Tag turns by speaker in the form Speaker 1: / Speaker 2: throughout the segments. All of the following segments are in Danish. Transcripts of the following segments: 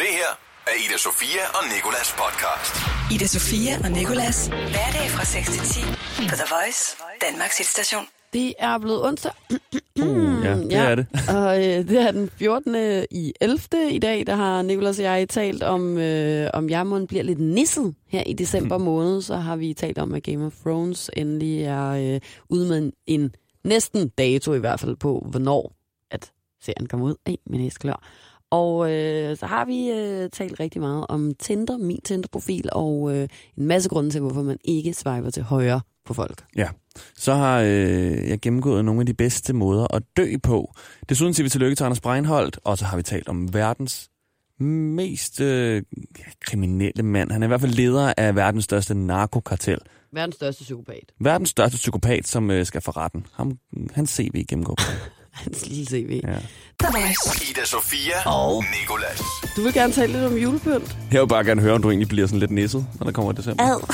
Speaker 1: af Ida Sofia og Nikolas podcast.
Speaker 2: Ida Sofia og Nikolas. Hverdag fra 6 til 10 på The Voice, Danmarks hitstation.
Speaker 3: Det er blevet onsdag. Mm,
Speaker 4: Uh, ja, det er det.
Speaker 3: Og øh, det er den 14. i 11. i dag, der har Nicolas og jeg talt om, øh, om jeg mon bliver lidt nisset her i december måned. Så har vi talt om, at Game of Thrones endelig er øh, ude med en, en næsten dato i hvert fald på, hvornår at serien kommer ud. Ej, min æskelør. Og øh, så har vi øh, talt rigtig meget om Tinder, min Tinder-profil, og øh, en masse grunde til, hvorfor man ikke swiper til højre på folk.
Speaker 4: Ja. Så har øh, jeg gennemgået nogle af de bedste måder at dø på. Desuden siger vi tillykke til Anders Breinholt, og så har vi talt om verdens mest øh, kriminelle mand. Han er i hvert fald leder af verdens største narkokartel.
Speaker 3: Verdens største psykopat.
Speaker 4: Verdens største psykopat, som øh, skal for retten. Ham, han CV gennemgår.
Speaker 3: Hans lille CV.
Speaker 4: Ja.
Speaker 2: The Voice.
Speaker 1: Ida Sofia og Nikolas.
Speaker 3: Du vil gerne tale lidt om julepynt?
Speaker 4: Jeg vil bare gerne høre, om du egentlig bliver sådan lidt nisset, når der kommer december.
Speaker 3: Ad.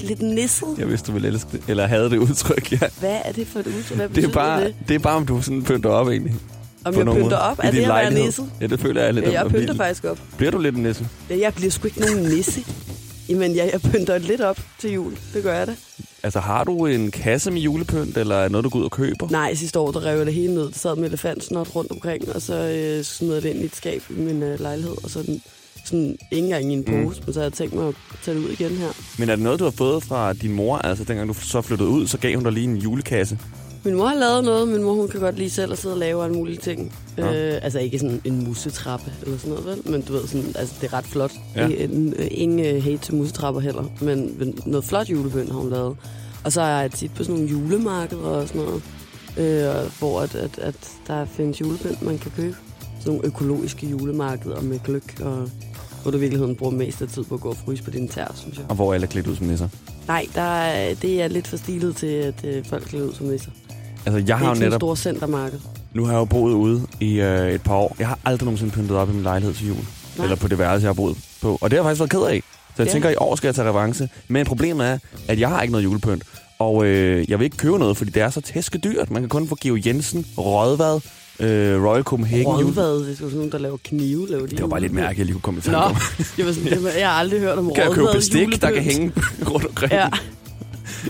Speaker 3: lidt nisset.
Speaker 4: Jeg vidste, du ville elske det, eller havde det udtryk, ja.
Speaker 3: Hvad er det for et udtryk? Hvad
Speaker 4: Det
Speaker 3: betyder
Speaker 4: er, bare,
Speaker 3: det?
Speaker 4: det er bare, om du sådan pynter op egentlig.
Speaker 3: Om
Speaker 4: på
Speaker 3: jeg
Speaker 4: nogen
Speaker 3: pynter
Speaker 4: måde.
Speaker 3: op?
Speaker 4: I
Speaker 3: Er
Speaker 4: din
Speaker 3: det at være
Speaker 4: lejlighed.
Speaker 3: nisset?
Speaker 4: Ja, det føler jeg lidt.
Speaker 3: Ja, jeg
Speaker 4: om- om
Speaker 3: pynter
Speaker 4: lidt.
Speaker 3: faktisk op.
Speaker 4: Bliver du lidt en nisse?
Speaker 3: Ja, jeg bliver sgu ikke nogen nisse. Jamen, jeg, jeg pynter lidt op til jul. Det gør jeg da.
Speaker 4: Altså, har du en kasse med julepynt, eller er det noget, du går ud og køber?
Speaker 3: Nej, sidste år, der rev jeg det hele ned. Der sad med elefantsnot rundt omkring, og så øh, smed jeg det ind i et skab i min øh, lejlighed. Og så den, sådan ikke engang i en pose, mm. men så havde jeg tænkt mig at tage det ud igen her.
Speaker 4: Men er det noget, du har fået fra din mor? Altså, dengang du så flyttede ud, så gav hun dig lige en julekasse.
Speaker 3: Min mor har lavet noget, min mor hun kan godt lide selv at sidde og lave alle mulige ting. Ja. Øh, altså ikke sådan en musetrappe eller sådan noget, vel? Men du ved, sådan, altså, det er ret flot.
Speaker 4: Ja.
Speaker 3: Ja. Ingen, øh, ingen øh, hate til musetrapper heller, men men noget flot julebøn har hun lavet. Og så er jeg tit på sådan nogle julemarkeder og sådan noget, øh, og hvor at, at, at der findes julebøn, man kan købe. Sådan nogle økologiske julemarkeder med gløk, og hvor du i virkeligheden bruger mest af tid på at gå og fryse på dine tær, synes jeg.
Speaker 4: Og hvor er alle klædt ud som nisser?
Speaker 3: Nej, der er, det er lidt for stilet til, at øh, folk klæder ud som nisser.
Speaker 4: Altså, jeg
Speaker 3: Det er
Speaker 4: har
Speaker 3: ikke
Speaker 4: jo
Speaker 3: sådan et
Speaker 4: netop...
Speaker 3: stort centermarked.
Speaker 4: Nu har jeg jo boet ude i øh, et par år. Jeg har aldrig nogensinde pyntet op i min lejlighed til jul. Nej.
Speaker 3: Nej.
Speaker 4: Eller på det værelse, jeg har boet på. Og det har jeg faktisk været ked af. Så jeg ja.
Speaker 3: Ja.
Speaker 4: tænker, i år skal jeg tage revanche. Men problemet er, at jeg har ikke noget julepynt. Og øh, jeg vil ikke købe noget, fordi det er så tæskedyrt. Man kan kun få Geo Jensen, Rødvad, øh, Royal Copenhagen jule-
Speaker 3: Rådvad, det er sgu sådan nogen, der laver knive. Laver de
Speaker 4: Det var bare lidt mærkeligt, jeg lige kunne komme i tanke
Speaker 3: Nå,
Speaker 4: om.
Speaker 3: jeg, var sådan, jeg, var- jeg har aldrig hørt om
Speaker 4: Kan jeg købe
Speaker 3: rådvad
Speaker 4: bestik, der kan
Speaker 3: julepynt.
Speaker 4: hænge rundt omkring?
Speaker 3: Ja.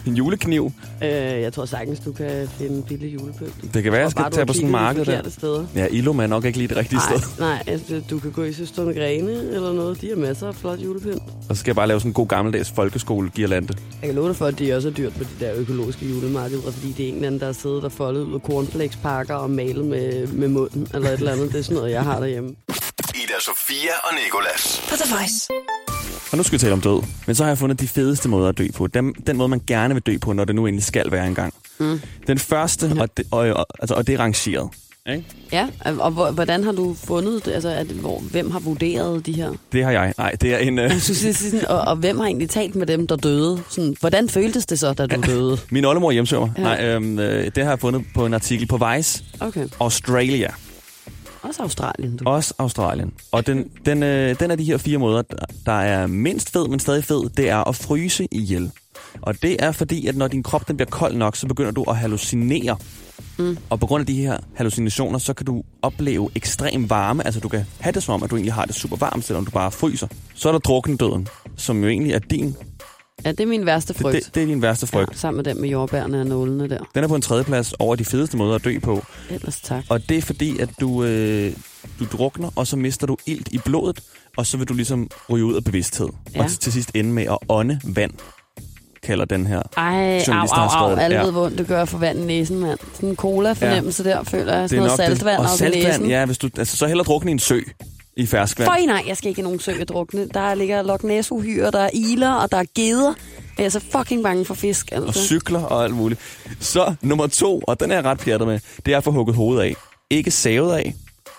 Speaker 4: En julekniv.
Speaker 3: Øh, jeg tror sagtens, du kan finde billig julepynt.
Speaker 4: Det kan være, jeg skal tage på sådan en marked der.
Speaker 3: der. Steder.
Speaker 4: Ja, Ilum er nok ikke lige det rigtige
Speaker 3: Nej,
Speaker 4: sted.
Speaker 3: nej, altså, du kan gå i Søsterne Grene eller noget. De har masser af flot julepynt.
Speaker 4: Og så skal jeg bare lave sådan en god gammeldags folkeskole-girlande.
Speaker 3: Jeg kan love dig for, at det er også er dyrt på de der økologiske julemarkeder, fordi det er en eller anden, der har siddet og foldet ud af cornflakespakker og malet med, med munden eller et eller andet. Det er sådan noget, jeg har derhjemme.
Speaker 1: Ida Sofia og Nikolas.
Speaker 2: På The Voice.
Speaker 4: Og nu skal vi tale om død. Men så har jeg fundet de fedeste måder at dø på. Den, den måde, man gerne vil dø på, når det nu endelig skal være engang. Mm. Den første, og det, og, og, altså, og det er rangeret. Ikke?
Speaker 3: Ja, og hvor- hvordan har du fundet det? Altså, er det, hvor, hvem har vurderet de her?
Speaker 4: Det har jeg. Nej, det er en... Øh,
Speaker 3: Jeg skulle sige sådan, og, og hvem har egentlig talt med dem, der døde? Sådan, hvordan føltes det så, da du døde?
Speaker 4: min oldemor hjemsøger mig.
Speaker 3: Ja.
Speaker 4: Nej, øhm, øh, det har jeg fundet på en artikel på Vice.
Speaker 3: Okay,
Speaker 4: Australia.
Speaker 3: også Australien, du.
Speaker 4: Også Australien. Og den, den, øh, den af de her fire måder, der- der er mindst fed, men stadig fed, det er at fryse ihjel. Og det er fordi, at når din krop den bliver kold nok, så begynder du at hallucinere. Mm. Og på grund af de her hallucinationer, så kan du opleve ekstrem varme. Altså du kan have det som om, at du egentlig har det super varmt, selvom du bare fryser. Så er der druknedøden, som jo egentlig er din.
Speaker 3: Ja, det er min værste
Speaker 4: Det,
Speaker 3: frygt.
Speaker 4: det, det er din værste frygt.
Speaker 3: Ja, sammen med den med jordbærne og nålene der.
Speaker 4: Den er på en tredjeplads over de fedeste måder at dø på.
Speaker 3: Ellers tak.
Speaker 4: Og det er fordi, at du, øh, du drukner, og så mister du ilt i blodet, og så vil du ligesom ryge ud af bevidsthed. Ja.
Speaker 3: Ja.
Speaker 4: Og til- til sidst ende med at ånde vand, kalder den her.
Speaker 3: Ej,
Speaker 4: Journalisten
Speaker 3: au,
Speaker 4: har
Speaker 3: au, au,
Speaker 4: skrevet,
Speaker 3: alle
Speaker 4: ja.
Speaker 3: ved, hvor ondt det gør for vand i næsen, mand. Sådan en cola-fornemmelse ja. der, føler jeg. Sådan noget saltvand op
Speaker 4: det. Og
Speaker 3: i
Speaker 4: saltvand,
Speaker 3: næsen.
Speaker 4: ja, hvis du, altså, så hellere drukne i en sø i ferskvand.
Speaker 3: Føj nej, jeg skal ikke i nogen sø og drukne. Der ligger Loch Ness-uhyre, der er iler, og der er geder. Jeg er så fucking bange for fisk,
Speaker 4: Og
Speaker 3: altså.
Speaker 4: cykler og alt muligt. Så nummer to, og den er jeg ret pjattet med, det er at få hugget hovedet af. Ikke savet af,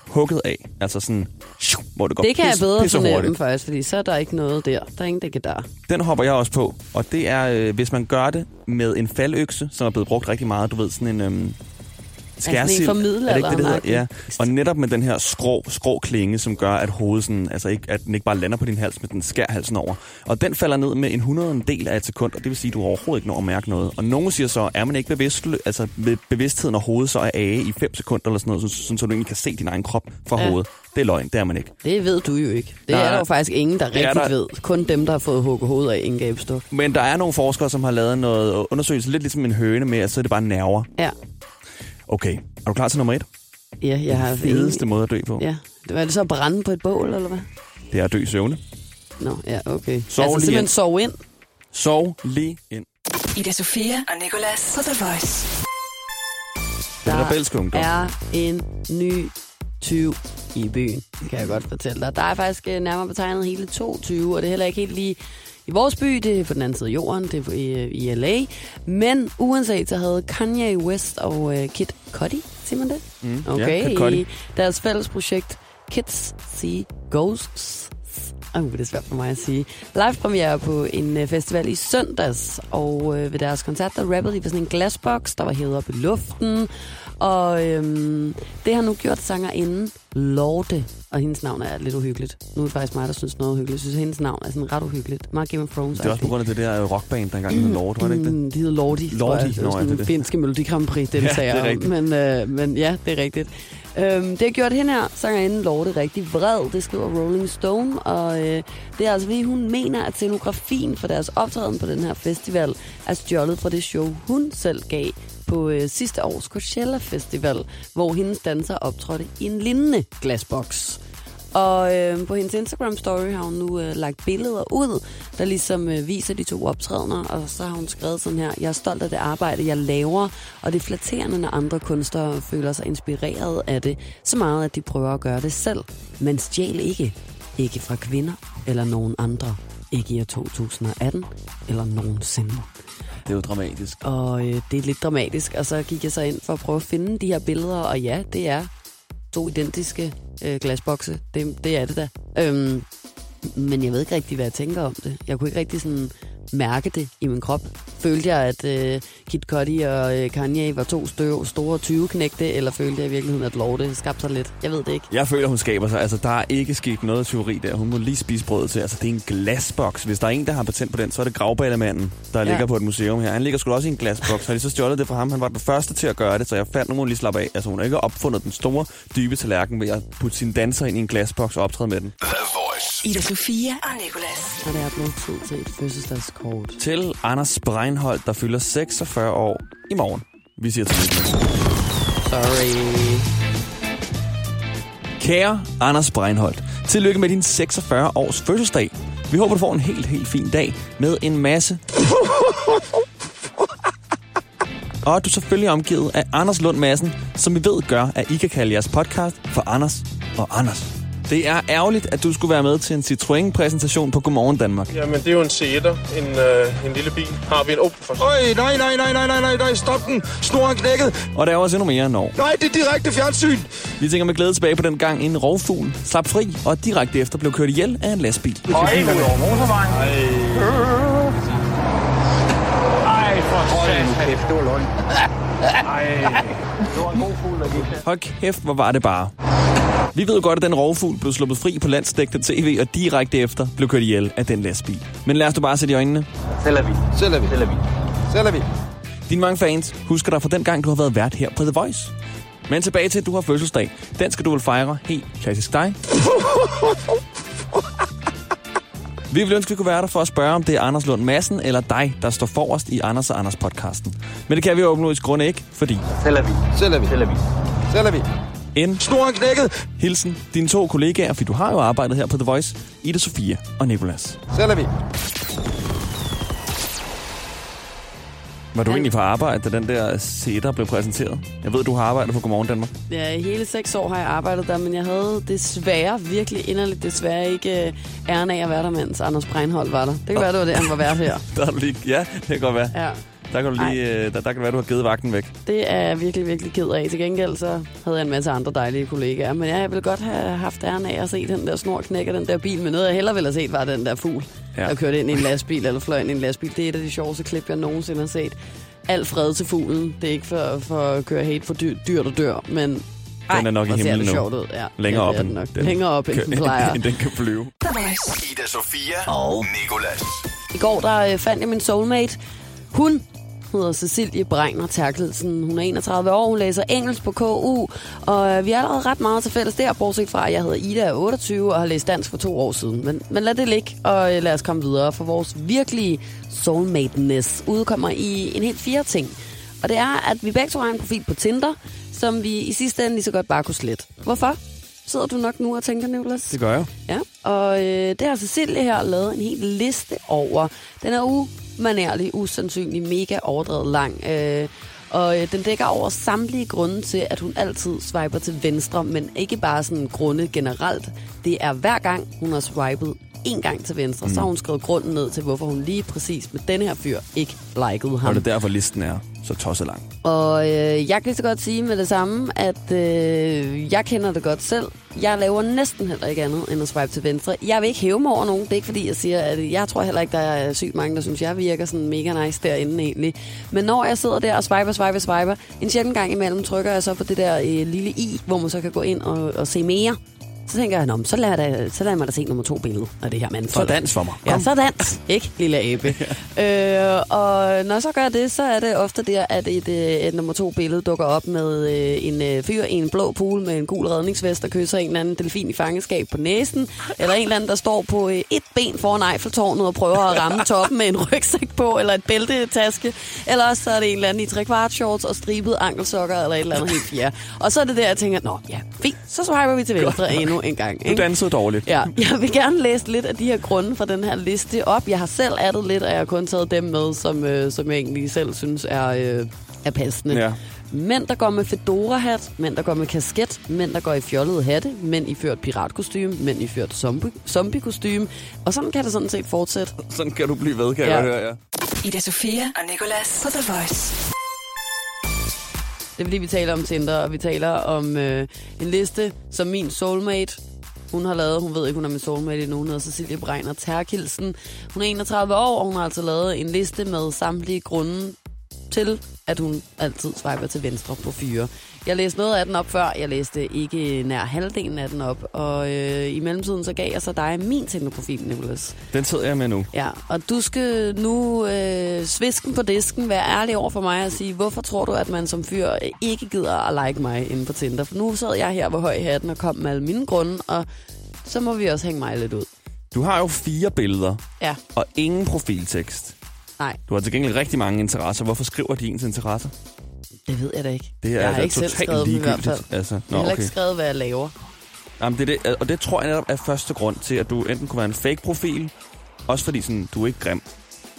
Speaker 4: hugget af. Altså sådan, shoo, hvor det går
Speaker 3: Det kan
Speaker 4: pis,
Speaker 3: jeg bedre øh,
Speaker 4: pisse hurtigt.
Speaker 3: fornemme faktisk, fordi så er der ikke noget der. Der er ingen, der kan der.
Speaker 4: Den hopper jeg også på, og det er, øh, hvis man gør det med en faldøkse, som er blevet brugt rigtig meget, du ved, sådan en, øhm,
Speaker 3: Altså en
Speaker 4: Skærsild,
Speaker 3: fra
Speaker 4: er det ikke det, det hedder?
Speaker 3: middelaldermagtig.
Speaker 4: Ja. Og netop med den her skrå, skrå klinge, som gør, at hovedet sådan, altså ikke, at den ikke bare lander på din hals, men den skærer halsen over. Og den falder ned med en hundredendel af et sekund, og det vil sige, at du overhovedet ikke når at mærke noget. Og nogen siger så, er man ikke bevidst, altså med bevidstheden og hovedet så er af i 5 sekunder eller sådan noget, så, sådan, så du egentlig kan se din egen krop fra
Speaker 3: Ja.
Speaker 4: ja. hovedet. Det er løgn, det er man ikke.
Speaker 3: Det ved du jo ikke. Det
Speaker 4: Nej.
Speaker 3: er der jo faktisk ingen, der
Speaker 4: Det er
Speaker 3: rigtig
Speaker 4: der-
Speaker 3: ved. Kun dem, der har fået hugget hovedet af en gabestok.
Speaker 4: Men der er nogle forskere, som har lavet noget undersøgelse, lidt ligesom en høne med, at så er det bare nerver.
Speaker 3: Ja.
Speaker 4: Okay, er du klar til nummer et?
Speaker 3: ja, jeg har
Speaker 4: Den fedeste måde at dø på, ja.
Speaker 3: Ja. Det var det så at brænde på et bål, eller hvad?
Speaker 4: det er at dø i søvne.
Speaker 3: Nå, ja, okay. altså
Speaker 4: Sov lige
Speaker 3: simpelthen
Speaker 4: ind.
Speaker 3: sove ind.
Speaker 4: Sov lige ind.
Speaker 2: Ida Sofia og Nicolas på The Voice.
Speaker 4: Den
Speaker 3: Der
Speaker 4: rebelske ungdom.
Speaker 3: er en ny 20 i byen, kan jeg godt fortælle dig. Der er faktisk øh, nærmere betegnet hele 22, og det er heller ikke helt lige i vores by, det er på den anden side af jorden, det er på- i, øh, i LA. Men uanset, så havde Kanye West og øh, Kid Cudi, siger man det? Mm, okay,
Speaker 4: Kid Cudi.
Speaker 3: deres fælles projekt Kids See Ghosts. Oh, det er svært for mig at sige. Live premiere på en øh, festival i søndags, og øh, ved deres koncert, der rappede de på sådan en glasboks, der var hævet op i luften. Og øhm, det har nu gjort sangerinden Lorde, og hendes navn er lidt uhyggeligt. Nu er det faktisk mig, der synes noget er uhyggeligt. Jeg synes, hendes navn er sådan ret uhyggeligt. Meget Game of Thrones.
Speaker 4: Det er også på grund af det der øh, rockband, der engang hed Lord, var det ikke det?
Speaker 3: Mm, de hedder Lordi. tror
Speaker 4: Lordi,
Speaker 3: jeg. Det var
Speaker 4: nå,
Speaker 3: sådan
Speaker 4: ja, det er
Speaker 3: en
Speaker 4: det.
Speaker 3: finske Melodi Grand Prix deltager.
Speaker 4: Ja, det er rigtigt.
Speaker 3: men, øh, men ja, det er rigtigt. Øhm, det har gjort hende her, sangerinde Lordi, rigtig vred. Det skriver Rolling Stone, og øh, det er altså fordi, hun mener, at scenografien for deres optræden på den her festival er stjålet fra det show, hun selv gav på øh, sidste års Coachella Festival, hvor hendes danser optrådte i en lignende glasboks. Og øh, på hendes Instagram-story har hun nu øh, lagt billeder ud, der ligesom øh, viser de to optrædener, og så har hun skrevet sådan her, jeg er stolt af det arbejde, jeg laver, og det er flatterende, når andre kunstnere føler sig inspireret af det, så meget, at de prøver at gøre det selv. Men stjæl ikke. Ikke fra kvinder eller nogen andre. Ikke i år 2018 eller nogensinde.
Speaker 4: Det er jo dramatisk.
Speaker 3: Og øh, det er lidt dramatisk, og så gik jeg så ind for at prøve at finde de her billeder, og ja, det er to identiske øh, glasbokse. Det, det er det da. Øhm, men jeg ved ikke rigtig, hvad jeg tænker om det. Jeg kunne ikke rigtig sådan mærke det i min krop. Følte jeg, at øh, Kid Cudi og øh, Kanye var to støv, store 20-knægte, eller følte jeg i virkeligheden, at Lorde skabte sig lidt? Jeg ved det ikke.
Speaker 4: Jeg føler, hun skaber sig. Altså, der er ikke sket noget teori der. Hun må lige spise brød til. Altså, det er en glasboks. Hvis der er en, der har patent på den, så er det gravballemanden, der
Speaker 3: Ja.
Speaker 4: ligger på et museum her. Han ligger sgu da også i en glasboks. Har de så stjålet det fra ham? Han var den første til at gøre det, så jeg fandt nogen lige slappe af. Altså, hun har ikke opfundet den store, dybe tallerken ved at putte sin danser ind i en glasboks og optræde med den.
Speaker 1: The Voice.
Speaker 2: Ida Sofia og Nicolas.
Speaker 3: Og det er blevet tid til et fødselsdagskort.
Speaker 4: Til Anders Breinholt, der fylder 46 år i morgen. Vi siger til
Speaker 3: Sorry.
Speaker 4: Kære Anders Breinholt, tillykke med din 46 års fødselsdag. Vi håber, du får en helt, helt fin dag med en masse... Og at du selvfølgelig er omgivet af Anders Lund Madsen, som vi ved gør, at I kan kalde jeres podcast for Anders og Anders. Det er ærgerligt, at du skulle være med til en Citroën-præsentation på Godmorgen Danmark.
Speaker 5: Jamen, det er jo en seter, en, øh, en lille bil. Har vi en Opel for
Speaker 6: Øj, nej, nej, nej, nej, nej, nej, nej, stop den. Snoren knækket.
Speaker 4: Og der er også endnu mere når.
Speaker 6: Nej, det er direkte fjernsyn.
Speaker 4: Vi tænker med glæde tilbage på den gang, en rovfugl slap fri og direkte efter blev kørt ihjel af en lastbil.
Speaker 7: Øj, ud over motorvejen. Ej, for satan. kæft, det var løgn. Ej, det var en god fugl, der gik der.
Speaker 4: Hold kæft, hvor var det bare. Vi ved jo godt, at den rovfugl blev sluppet fri på landsdækkende tv, og direkte efter blev kørt ihjel af den lastbil. Men lad os da bare sætte i øjnene.
Speaker 7: Tel Aviv.
Speaker 6: Selv er vi.
Speaker 7: Tel Aviv.
Speaker 6: Selv er vi.
Speaker 4: Dine mange fans husker dig fra den gang, du har været vært her på The Voice. Men tilbage til, at du har fødselsdag. Den skal du vel fejre helt klassisk dig. Vi ville ønske, at vi kunne være der for at spørge, om det er Anders Lund Madsen eller dig, der står forrest i Anders og Anders podcasten. Men det kan vi jo åbenlyst grund ikke, fordi
Speaker 7: Tel Aviv.
Speaker 6: Selv er vi.
Speaker 7: Tel Aviv.
Speaker 6: Selv er vi.
Speaker 4: en
Speaker 6: Snoren knækket.
Speaker 4: hilsen dine to kollegaer, for du har jo arbejdet her på The Voice, Ida Sofia og Nicolas.
Speaker 6: Selv er vi.
Speaker 4: Var du egentlig på arbejde, da den der sætter blev præsenteret? Jeg ved, du har arbejdet for Godmorgen Danmark.
Speaker 3: Ja, i hele seks år har jeg arbejdet der, men jeg havde desværre, virkelig inderligt desværre ikke øh, æren af at være der, mens Anders Breinholt var der. Det kan være, det var det, han var vært her.
Speaker 4: Der er du lige... Ja, det kan godt være. Ja.
Speaker 3: Ja,
Speaker 4: Der kan, du lige, øh, der, der kan være, du har givet vagten væk.
Speaker 3: det er jeg virkelig, virkelig ked af. Til gengæld så havde jeg en masse andre dejlige kollegaer, men ja, jeg ville godt have haft æren af at se den der snor knække den der bil, men noget jeg hellere ville have set var den der fugl, ja.
Speaker 4: Ja.
Speaker 3: der kørte ind i en lastbil eller fløj ind i en lastbil. Det er et af de sjoveste klip, jeg nogensinde har set. Al fred til fuglen. Det er ikke for, for at køre hate for dyr, dyr der dør, men... Ej,
Speaker 4: er nok i
Speaker 3: hvor ser
Speaker 4: himlen
Speaker 3: det
Speaker 4: nu.
Speaker 3: sjovt ud. Ja,
Speaker 4: Længere
Speaker 3: det
Speaker 4: op
Speaker 3: er
Speaker 4: end
Speaker 3: den nok.
Speaker 4: den-
Speaker 3: Længere op, end den plejer.
Speaker 4: den kan flyve.
Speaker 2: The Voice.
Speaker 1: Ida Sofia og Nikolas.
Speaker 3: I går der øh, fandt jeg min soulmate. Hun hedder Cecilie Bregner Terkelsen. Hun er 31 år, hun læser engelsk på KU, og øh, vi er allerede ret meget til fælles der, bortset fra, at jeg hedder Ida er 28 og har læst dansk for to år siden. Men, men lad det ligge, og øh, lad os komme videre, for vores virkelige soulmateness udkommer i en helt fire ting. Og det er, at vi begge to har en profil på Tinder, som vi i sidste ende lige så godt bare kunne slette. Hvorfor? Sidder du nok nu og tænker, Nicolas?
Speaker 4: Det gør jeg.
Speaker 3: Ja, og øh, det har Cecilie her lavet en hel liste over. Den er umanerlig, usandsynlig, mega overdrevet lang. Øh, og øh, den dækker over samtlige grunde til, at hun altid swiper til venstre, men ikke bare sådan grunde generelt. Det er hver gang, hun har swipet en gang til venstre, mm. så har hun skrevet grunden ned til, hvorfor hun lige præcis med den her fyr ikke likede ham.
Speaker 4: Og det er derfor, listen er så tosset lang.
Speaker 3: Og øh, jeg kan lige så godt sige med det samme, at øh, jeg kender det godt selv. Jeg laver næsten heller ikke andet end at swipe til venstre. Jeg vil ikke hæve mig over nogen. Det er ikke fordi, jeg siger, at jeg tror heller ikke, der er sygt mange, der synes, jeg virker sådan mega nice derinde egentlig. Men når jeg sidder der og swiper, swiper, swiper, en sjældent gang imellem trykker jeg så på det der øh, lille i, hvor man så kan gå ind og, og se mere. Så tænker jeg, Nå, men så lad, da, så lad mig da se nummer to billede af det her mand.
Speaker 4: Så dans for mig.
Speaker 3: Ja,
Speaker 4: Kom.
Speaker 3: så dans. Ikke, lille abe. øh, og når jeg så gør det, så er det ofte der, at et, øh, et nummer to billede dukker op med øh, en øh, fyr i en blå pool med en gul redningsvest, der kysser en eller anden delfin i fangeskab på næsen. Eller en eller anden, der står på øh, et ben foran Eiffeltårnet og prøver at ramme toppen med en rygsæk på, eller et bæltetaske. Eller også så er det en eller anden i trekvart shorts og stribede ankelsokker, eller et eller andet helt fjerde. Og så er det der, jeg tænker, nå ja, fint, så swiper vi til venstre endnu en gang.
Speaker 4: Du
Speaker 3: ikke?
Speaker 4: dansede dårligt.
Speaker 3: Ja, jeg vil gerne læse lidt af de her grunde fra den her liste op. Jeg har selv addet lidt, og jeg har kun taget dem med, som, øh, som jeg egentlig selv synes er, øh, er passende.
Speaker 4: Ja.
Speaker 3: Mænd, der går med fedora-hat, mænd, der går med kasket, mænd, der går i fjollede hatte, mænd i ført piratkostyme, mænd i ført zombie- zombie-kostyme. Og sådan kan det sådan set fortsætte.
Speaker 4: Sådan kan du blive ved, kan
Speaker 3: Ja.
Speaker 4: jeg godt høre, ja.
Speaker 2: Ida Sofia og Nicolas på The Voice.
Speaker 3: Det er fordi, vi taler om Tinder, og vi taler om øh, en liste, som min soulmate, hun har lavet. Hun ved ikke, hun er min soulmate endnu. Hun hedder Cecilie Bregner Terkelsen. Hun er 31 år, og hun har altså lavet en liste med samtlige grunde til, at hun altid swiper til venstre på fyre. Jeg læste noget af den op før. Jeg læste ikke nær halvdelen af den op. Og øh, i mellemtiden så gav jeg så dig min Tinder-profil, Nicolas.
Speaker 4: Den sidder jeg med nu.
Speaker 3: Ja, og du skal nu øh, svisken på disken, være ærlig over for mig og sige, hvorfor tror du, at man som fyr øh, ikke gider at like mig inde på Tinder? For nu sad jeg her på høj i hatten og kom med alle mine grunde, og så må vi også hænge mig lidt ud.
Speaker 4: Du har jo fire billeder
Speaker 3: Ja,
Speaker 4: og ingen profiltekst.
Speaker 3: nej,
Speaker 4: Du har til gengæld rigtig mange interesser. Hvorfor skriver de ens interesser?
Speaker 3: det ved jeg da ikke.
Speaker 4: Det er
Speaker 3: jeg har
Speaker 4: altså
Speaker 3: ikke selv
Speaker 4: totalt
Speaker 3: skrevet dem i hvert
Speaker 4: ligegyldigt.
Speaker 3: fald.
Speaker 4: Altså,
Speaker 3: jeg
Speaker 4: nå,
Speaker 3: har heller
Speaker 4: okay.
Speaker 3: ikke skrevet, hvad jeg laver.
Speaker 4: Jamen, det er det, og det tror jeg netop er første grund til, at du enten kunne være en fake-profil, også fordi sådan, du er ikke grim.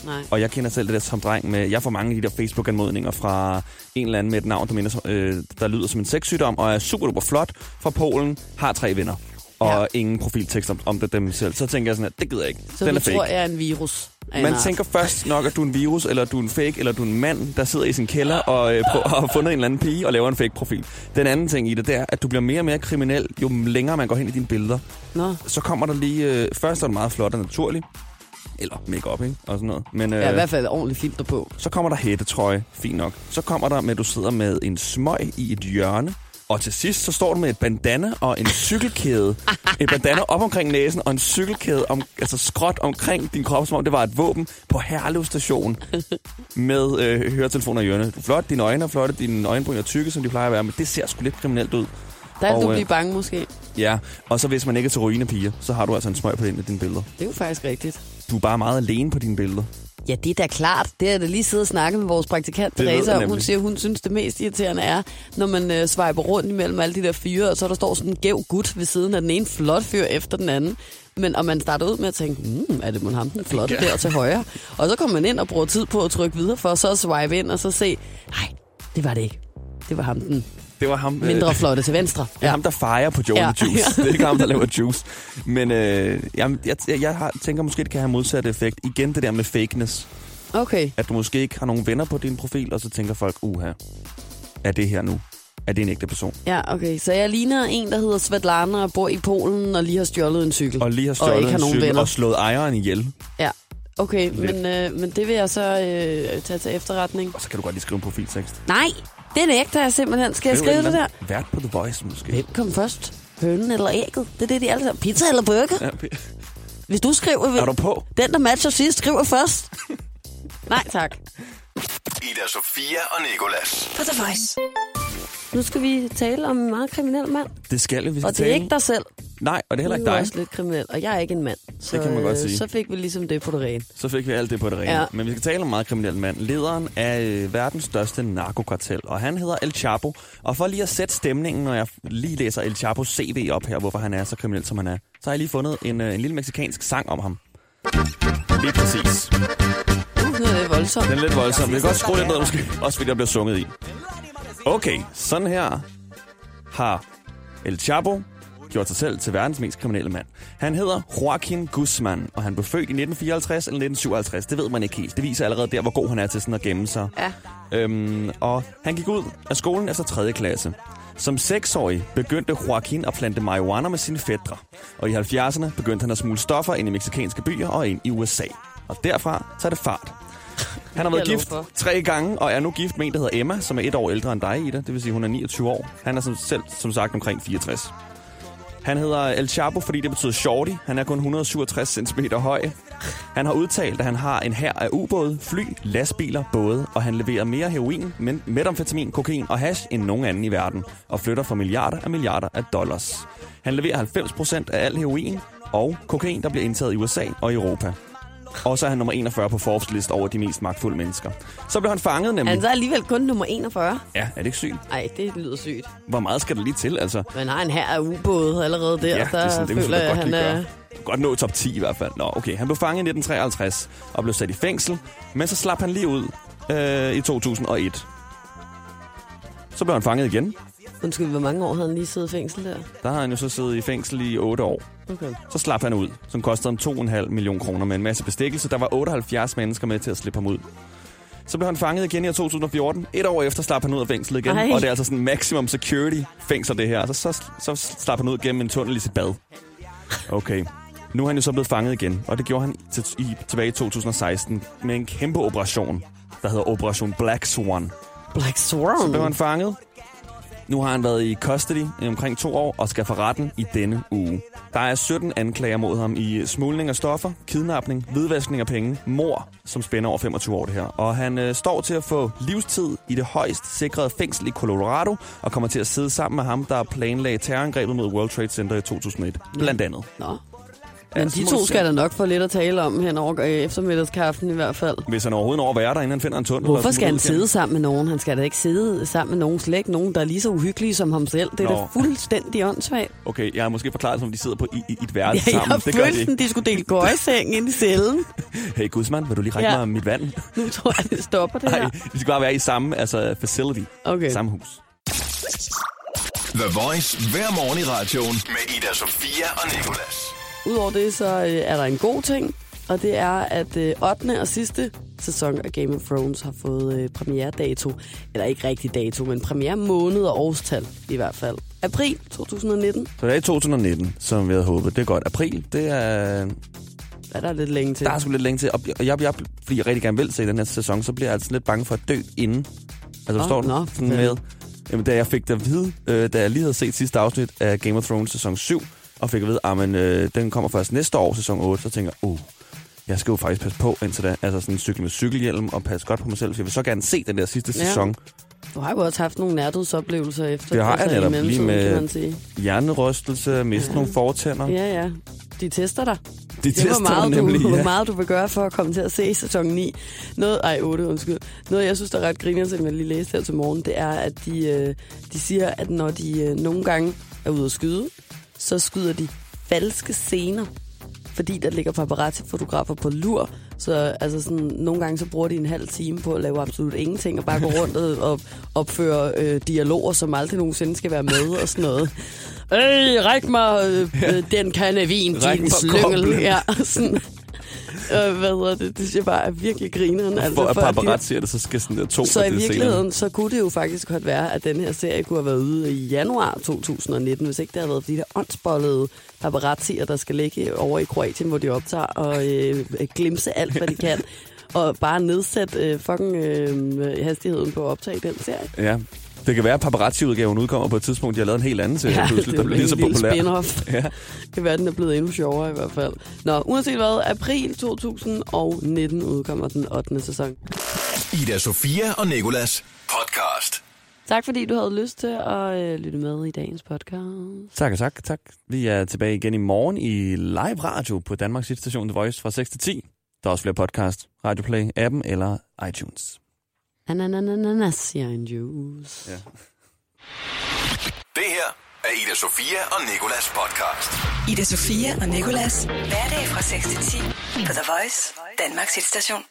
Speaker 3: Nej.
Speaker 4: Og jeg kender selv det der som dreng med, jeg får mange af de der Facebook-anmodninger fra en eller anden med et navn, der, minder, som- øh, der lyder som en sexsygdom, og er super duper flot fra Polen, har tre venner. Og ja. ingen profiltekst om, om det dem selv. Så tænker jeg sådan, at det gider jeg ikke.
Speaker 3: Så
Speaker 4: Den
Speaker 3: du
Speaker 4: er fake.
Speaker 3: tror, jeg er en virus. af en
Speaker 4: Man
Speaker 3: art.
Speaker 4: tænker først nok, at du er en virus, eller du er en fake, eller du er en mand, der sidder i sin kælder og øh, prøver, har fundet en eller anden pige og laver en fake-profil. Den anden ting i det, det er, at du bliver mere og mere kriminel, jo længere man går hen i dine billeder.
Speaker 3: Nå.
Speaker 4: Så kommer der lige... Øh, først er du meget flot og naturlig. Eller make-up, ikke? Og sådan noget. Men, øh,
Speaker 3: Ja, i hvert fald ordentligt filter på.
Speaker 4: så kommer der hættetrøje, fint nok. Så kommer der med, at du sidder med en smøg i et hjørne. Og til sidst, så står du med et bandana og en cykelkæde. Et bandana op omkring næsen og en cykelkæde, om, altså skråt omkring din krop, som om det var et våben på Herlev station. Med øh, høretelefoner i hjørnet. Du er flot, dine øjne er flotte, dine øjenbryn er tykke, som de plejer at være, men det ser sgu lidt kriminelt ud.
Speaker 3: Der vil
Speaker 4: Og,
Speaker 3: du
Speaker 4: øh,
Speaker 3: blive bange måske.
Speaker 4: Ja, og så hvis man ikke er til ruinepiger, så har du altså en smøg på den af dine billeder.
Speaker 3: Det er jo faktisk rigtigt.
Speaker 4: Du er bare meget alene på dine billeder.
Speaker 3: Ja, det er da klart. Det er da lige siddet og snakket med vores praktikant,
Speaker 4: Det ved jeg
Speaker 3: Therese, om hun
Speaker 4: nemlig.
Speaker 3: siger, hun synes, det mest irriterende er, når man øh, swiper rundt imellem alle de der fyre, og så der står sådan en gæv gut ved siden af den ene flot fyr efter den anden. Men og man starter ud med at tænke, hmm, er det mon ham den flotte der til højre? Og så kommer man ind og bruger tid på at trykke videre for så at swipe ind og så se, nej, det var det ikke. Det var ham den
Speaker 4: Det var ham. øh,
Speaker 3: mindre flotte til venstre.
Speaker 4: Det er ja. ham, der fejrer på Joe
Speaker 3: Ja.
Speaker 4: ja. Juice. Det er ikke ham, der laver juice. Men øh, jamen, jeg, jeg, jeg har, tænker måske, det kan have modsatte effekt. Igen det der med fakeness.
Speaker 3: Okay.
Speaker 4: At du måske ikke har nogen venner på din profil, og så tænker folk, uha, er det her nu? Er det en ægte person?
Speaker 3: Ja, okay. Så jeg ligner en, der hedder Svetlana og bor i Polen og lige har stjålet en cykel.
Speaker 4: Og lige har stjålet
Speaker 3: og ikke har
Speaker 4: en
Speaker 3: nogen
Speaker 4: cykel
Speaker 3: venner.
Speaker 4: og slået ejeren ihjel.
Speaker 3: Ja. Okay, men, øh, men det vil jeg så øh, tage til efterretning.
Speaker 4: Og så kan du godt lige skrive en profiltekst.
Speaker 3: Nej, det nægter jeg simpelthen. Skal jeg skrive det der?
Speaker 4: Vært på The Voice, måske.
Speaker 3: Hvem kom først? Hønen eller ægget? Det er det, de alle sammen. Pizza eller burger?
Speaker 4: Ja,
Speaker 3: Hvis du skriver...
Speaker 4: er du på?
Speaker 3: Den, der matcher sidst, skriver først. Nej, tak.
Speaker 1: Ida Sofia og Nikolas.
Speaker 2: På The Voice.
Speaker 3: Nu skal vi tale om en meget kriminel mand.
Speaker 4: Det skal vi. vi skal
Speaker 3: Og det er
Speaker 4: tale.
Speaker 3: ikke dig selv.
Speaker 4: Nej, og det er heller
Speaker 3: Du
Speaker 4: ikke
Speaker 3: er
Speaker 4: dig.
Speaker 3: også lidt kriminel, og jeg er ikke en mand. Så,
Speaker 4: Det kan man godt
Speaker 3: øh,
Speaker 4: sige.
Speaker 3: Så fik vi ligesom det på det rene.
Speaker 4: Så fik vi alt det på det rene.
Speaker 3: Ja.
Speaker 4: Ja. Men vi skal tale om en meget kriminel mand. Lederen af øh, verdens største narkokartel, og han hedder El Chapo. Og for lige at sætte stemningen, når jeg lige læser El Chapos CV op her, hvorfor han er så kriminel, som han er, så har jeg lige fundet en, øh, en lille meksikansk sang om ham. Lige præcis.
Speaker 3: Uh, nu er det voldsomt.
Speaker 4: Den er lidt voldsom. Vi kan godt skrue lidt ned, måske. Også fordi der bliver sunget i. Okay, sådan her har El Chapo gjort sig selv til verdens mest kriminelle mand. Han hedder Joaquin Guzman, og han blev født i 1954 eller 1957. Det ved man ikke helt. Det viser allerede der, hvor god han er til sådan at gemme sig.
Speaker 3: Ja.
Speaker 4: Øhm, og han gik ud af skolen efter 3. klasse. Som seksårig begyndte Joaquin at plante marihuana med sine fædre. Og i 70'erne begyndte han at smule stoffer ind i meksikanske byer og ind i USA. Og derfra tager det fart. Han har været
Speaker 3: Jeg lover
Speaker 4: gift
Speaker 3: for.
Speaker 4: tre gange, og er nu gift med en, der hedder Emma, som er et år ældre end dig, Ida. Det vil sige, hun er 29 år. Han er som selv, som sagt, omkring 64. Han hedder El Chapo, fordi det betyder shorty. Han er kun 167 cm høj. Han har udtalt, at han har en hær af ubåde, fly, lastbiler, både, og han leverer mere heroin, men metamfetamin, kokain og hash end nogen anden i verden, og flytter for milliarder af milliarder af dollars. Han leverer 90% af al heroin og kokain, der bliver indtaget i USA og Europa. Og så er han nummer 41 på Forbes liste over de mest magtfulde mennesker. Så blev han fanget nemlig.
Speaker 3: Han så alligevel kun nummer 41.
Speaker 4: Ja, er det ikke sygt?
Speaker 3: Ej, det lyder sygt.
Speaker 4: Hvor meget skal der lige til, altså?
Speaker 3: Man har en her af ubåde allerede der,
Speaker 4: Ja,
Speaker 3: så
Speaker 4: det er sådan, det kunne
Speaker 3: føler
Speaker 4: du
Speaker 3: jeg,
Speaker 4: godt
Speaker 3: han
Speaker 4: lige
Speaker 3: er...
Speaker 4: gøre. Du kan godt nå top 10 i hvert fald. Nå, okay. Han blev fanget i 1953 og blev sat i fængsel, men så slap han lige ud øh, i 2001. Så blev han fanget igen.
Speaker 3: Undskyld, hvor mange år havde han lige siddet i fængsel der?
Speaker 4: Der har han jo så siddet i fængsel i 8 år.
Speaker 3: Okay.
Speaker 4: Så slap han ud, som kostede ham 2,5 millioner kroner med en masse bestikkelse. Der var 78 mennesker med til at slippe ham ud. Så blev han fanget igen i år 2014. Et år efter slap han ud af fængslet igen.
Speaker 3: Ej.
Speaker 4: Og det er altså sådan maximum security fængsel, det her. Altså, Så, så, så slap han ud gennem en tunnel i sit bad. Okay. Nu er han jo så blevet fanget igen, og det gjorde han til, i, tilbage i 2016 med en kæmpe operation, der hedder Operation Black Swan.
Speaker 3: Black Swan.
Speaker 4: Så blev han fanget. Nu har han været i custody i omkring to år og skal for retten i denne uge. Der er 17 anklager mod ham i smugling af stoffer, kidnapning, hvidvaskning af penge, mor, som spænder over 25 år det her. Og han øh, står til at få livstid i det højst sikrede fængsel i Colorado og kommer til at sidde sammen med ham, der planlagde terrorangrebet mod World Trade Center i 2001. Blandt andet.
Speaker 3: Nå. Men
Speaker 4: så
Speaker 3: de
Speaker 4: må
Speaker 3: to
Speaker 4: vi se.
Speaker 3: skal der nok få lidt at tale om hen over øh, eftermiddagskaffen i hvert fald.
Speaker 4: Hvis han overhovedet når at være der, inden han finder en tunnel.
Speaker 3: Hvorfor skal
Speaker 4: og smutter
Speaker 3: han
Speaker 4: ud igen.
Speaker 3: sidde sammen med nogen? Han skal da ikke sidde sammen med nogen, slet ikke nogen, der er lige så uhyggelige som ham selv. Det er da
Speaker 4: Nå.
Speaker 3: fuldstændig åndssvagt.
Speaker 4: Okay, jeg har måske forklaret det, som om de sidder på i, i et
Speaker 3: Ja,
Speaker 4: værelse
Speaker 3: jeg
Speaker 4: sammen.
Speaker 3: har
Speaker 4: Det gør de
Speaker 3: følelsen,
Speaker 4: ikke.
Speaker 3: de skulle dele gøjseng ind i cellen.
Speaker 4: Hey Gudsmand, vil du lige række
Speaker 3: Ja.
Speaker 4: ja. mig mit vand?
Speaker 3: Nu tror jeg, det stopper det
Speaker 4: Nej,
Speaker 3: her.
Speaker 4: de skal bare være i samme altså facility,
Speaker 3: Okay.
Speaker 4: samme hus.
Speaker 1: The Voice hver morgen i radioen med Ida Sofia og Nikolas.
Speaker 3: Udover det, så øh, er der en god ting, og det er, at øh, 8. og sidste sæson af Game of Thrones har fået øh, premiere-dato. Eller ikke rigtig dato, men premiere-måned og årstal i hvert fald. April 2019.
Speaker 4: Så det er i 2019, som vi havde håbet. Det er godt. April, det er,
Speaker 3: Ja, der er lidt længe til.
Speaker 4: der er sgu lidt længe til. Og jeg, jeg, jeg fordi jeg rigtig gerne vil se den her sæson, så bliver jeg altså lidt bange for at dø inden. Altså,
Speaker 3: Åh,
Speaker 4: forstår
Speaker 3: nå,
Speaker 4: du?
Speaker 3: for
Speaker 4: Sådan med,
Speaker 3: fanden.
Speaker 4: jamen, da jeg fik det at vide, øh, da jeg lige havde set sidste afsnit af Game of Thrones sæson 7, og fik at vide, at øh, den kommer først næste år, sæson 8, så tænker jeg, oh, jeg skal jo faktisk passe på indtil da. Altså sådan cykle med cykelhjelm og passe godt på mig selv, for jeg vil så gerne se den der sidste
Speaker 3: Ja.
Speaker 4: sæson.
Speaker 3: Du har jo også haft nogle nærdødsoplevelser efter.
Speaker 4: Det har jeg
Speaker 3: altså, i
Speaker 4: netop, lige
Speaker 3: mellemtiden,
Speaker 4: med-
Speaker 3: Kan man sige.
Speaker 4: Hjernerystelse, miste nogle fortænder.
Speaker 3: Ja, ja. De tester dig.
Speaker 4: De
Speaker 3: Det er, hvor
Speaker 4: tester
Speaker 3: meget, du,
Speaker 4: nemlig,
Speaker 3: hvor
Speaker 4: ja.
Speaker 3: meget du vil gøre for at komme til at se sæson 9. Noget, ej, 8, undskyld. Noget, jeg synes, der er ret griner, som jeg lige læste her til morgen, det er, at de, øh, de siger, at når de øh, nogle gange er ude at skyde, så skyder de falske scener, fordi der ligger paparazzi-fotografer på lur. Så altså sådan, nogle gange så bruger de en halv time på at lave absolut ingenting, og bare gå rundt og, og opføre øh, dialoger, som aldrig nogensinde skal være med, og sådan noget. Øh, ræk mig øh, øh, den kande vin,
Speaker 4: Ræk
Speaker 3: din
Speaker 4: mig
Speaker 3: slyngel.
Speaker 4: koblen.
Speaker 3: Ja, sådan. Øh, hvad hedder det? Det synes jeg bare er virkelig grineren. altså,
Speaker 4: For at
Speaker 3: for at de-
Speaker 4: paparazzi er det, så skal sådan der to
Speaker 3: Så
Speaker 4: af
Speaker 3: i
Speaker 4: det
Speaker 3: virkeligheden, så kunne det jo faktisk godt være, at den her serie kunne have været ude i januar 2019, hvis ikke det havde været for de der åndsbollede paparazzier, der skal ligge over i Kroatien, hvor de optager og øh, glimse alt, hvad de kan. Og bare nedsætte øh, fucking øh, hastigheden på at optage den serie.
Speaker 4: senere. Ja. Det kan være, at paparazzi-udgaven udkommer på et tidspunkt, de har lavet en helt anden serie, ja, pludselig, der
Speaker 3: er
Speaker 4: bliver
Speaker 3: en
Speaker 4: lige så
Speaker 3: lille
Speaker 4: populær.
Speaker 3: spin-off.
Speaker 4: Ja.
Speaker 3: Det kan være, den er blevet endnu sjovere i hvert fald. Nå, uanset hvad, april 2019 udkommer den 8. sæson.
Speaker 1: Ida Sofia og Nikolas podcast.
Speaker 3: Tak fordi du havde lyst til at øh, lytte med i dagens podcast.
Speaker 4: Tak og tak, tak. Vi er tilbage igen i morgen i live radio på Danmarks station The Voice fra 6 til 10. Der er også flere podcast, Radioplay, appen eller iTunes.
Speaker 3: Ananananas, jeg er en juice.
Speaker 4: Ja.
Speaker 1: Det her er Ida Sofia og Nikolas podcast.
Speaker 2: Ida Sofia og Nikolas. Hverdag fra 6 til 10 på The Voice, Danmarks hitstation.